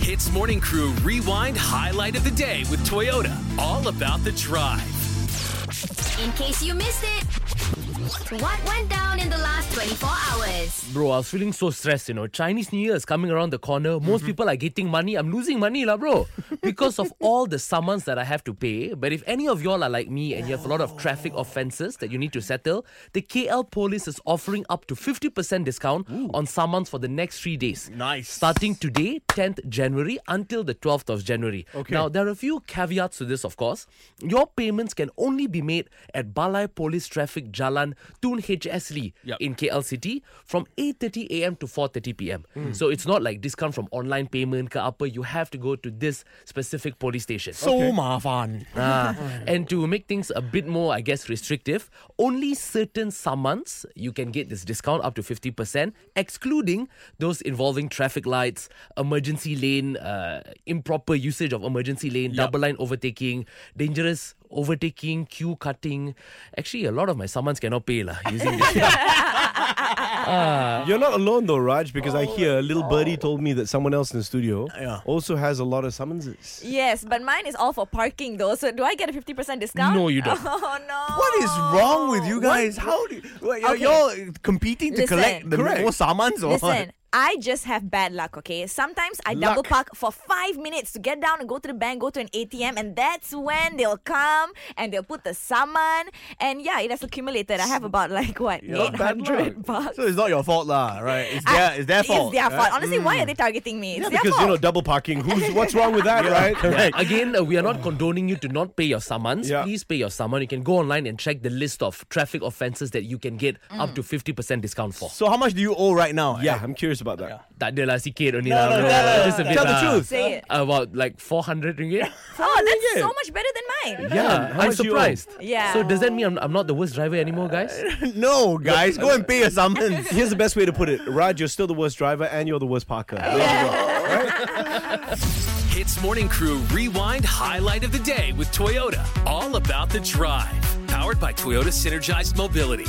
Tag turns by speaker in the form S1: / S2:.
S1: Hits Morning Crew Rewind Highlight of the Day with Toyota. All about the drive.
S2: In case you missed it, what went down in the last 24 hours?
S3: Bro, I was feeling so stressed, you know. Chinese New Year is coming around the corner. Most
S4: Mm-hmm.
S3: people are getting money. I'm losing money, lah, bro. Because of all the summons that I have to pay. But if any of y'all are like me and you have a lot of traffic offenses that you need to settle, the KL Police is offering up to 50% discount on summons for the next three days.
S4: Nice.
S3: Starting today, 10th January, until the 12th of January.
S4: Okay.
S3: Now, there are a few caveats to this, of course. Your payments can only be made at Balai Police Traffic Jalan Tun HSL
S4: Yup.
S3: in KL City from 8.30 a.m. to 4.30 p.m. So it's not like discount from online payment ke apa. You have to go to this specific police station.
S4: So mafan.
S3: Ah, and to make things a bit more, I guess, restrictive, only certain summons you can get this discount up to 50%, excluding those involving traffic lights, emergency lane, uh, improper usage of emergency lane, double line overtaking, dangerous overtaking, queue cutting. Actually, a lot of my summons cannot pay lah using this.
S5: You're not alone though, Raj, because I hear a little birdie told me that someone else in the studio
S4: Oh, Yeah.
S5: also has a lot of summonses.
S6: Yes, but mine is all for parking though. So do I get a fifty percent discount?
S3: No, you don't.
S6: Oh no.
S4: What is wrong with you guys? How do you, well, you're,
S6: Oh, Okay.
S4: you're competing to
S6: Listen.
S4: collect the
S5: Correct.
S4: more summons or
S6: Listen, I just have bad luck, okay? Sometimes I double park for five minutes to get down and go to the bank, go to an ATM, and that's when they'll come and they'll put the summon. And yeah, it has accumulated. I have about like what,
S4: Yeah.
S6: eight
S4: Bad
S6: hundred
S4: what?
S6: bucks.
S4: So it's not your fault, lah, right? It's
S6: I-
S4: their, it's their
S6: It's
S4: fault.
S6: their
S4: right? Mm.
S6: fault. Honestly, why are they targeting me? It's
S5: Yeah,
S6: their
S5: because you
S6: fault.
S5: know double parking. Who's what's wrong with that, right?
S4: Correct.
S3: Again, uh, we are not condoning you to not pay your summons.
S5: Yeah.
S3: Please pay your summon. You can go online and check the list of traffic offences that you can get
S6: Mm.
S3: up to 50% discount for.
S4: So how much do you owe right now?
S5: Yeah, I'm curious about that.
S3: Tak ada lah sikit only lah
S4: no,
S3: bro.
S4: no, no, no.
S3: Just a bit
S4: Tell the
S3: lah.
S4: truth.
S6: Say it.
S3: About like 400 ringgit.
S6: Oh, that's so much better than mine.
S3: Yeah,
S5: how
S3: I'm
S5: much you
S3: surprised.
S6: owe? Yeah.
S3: So does that mean I'm, I'm not the worst driver anymore, guys?
S4: No, guys, go and pay your summons.
S5: Here's the best way to put it. Raj, you're still the worst driver and you're the worst parker.
S1: Hits Morning Crew Rewind Highlight of the Day with Toyota. All about the drive. Powered by Toyota Synergized Mobility.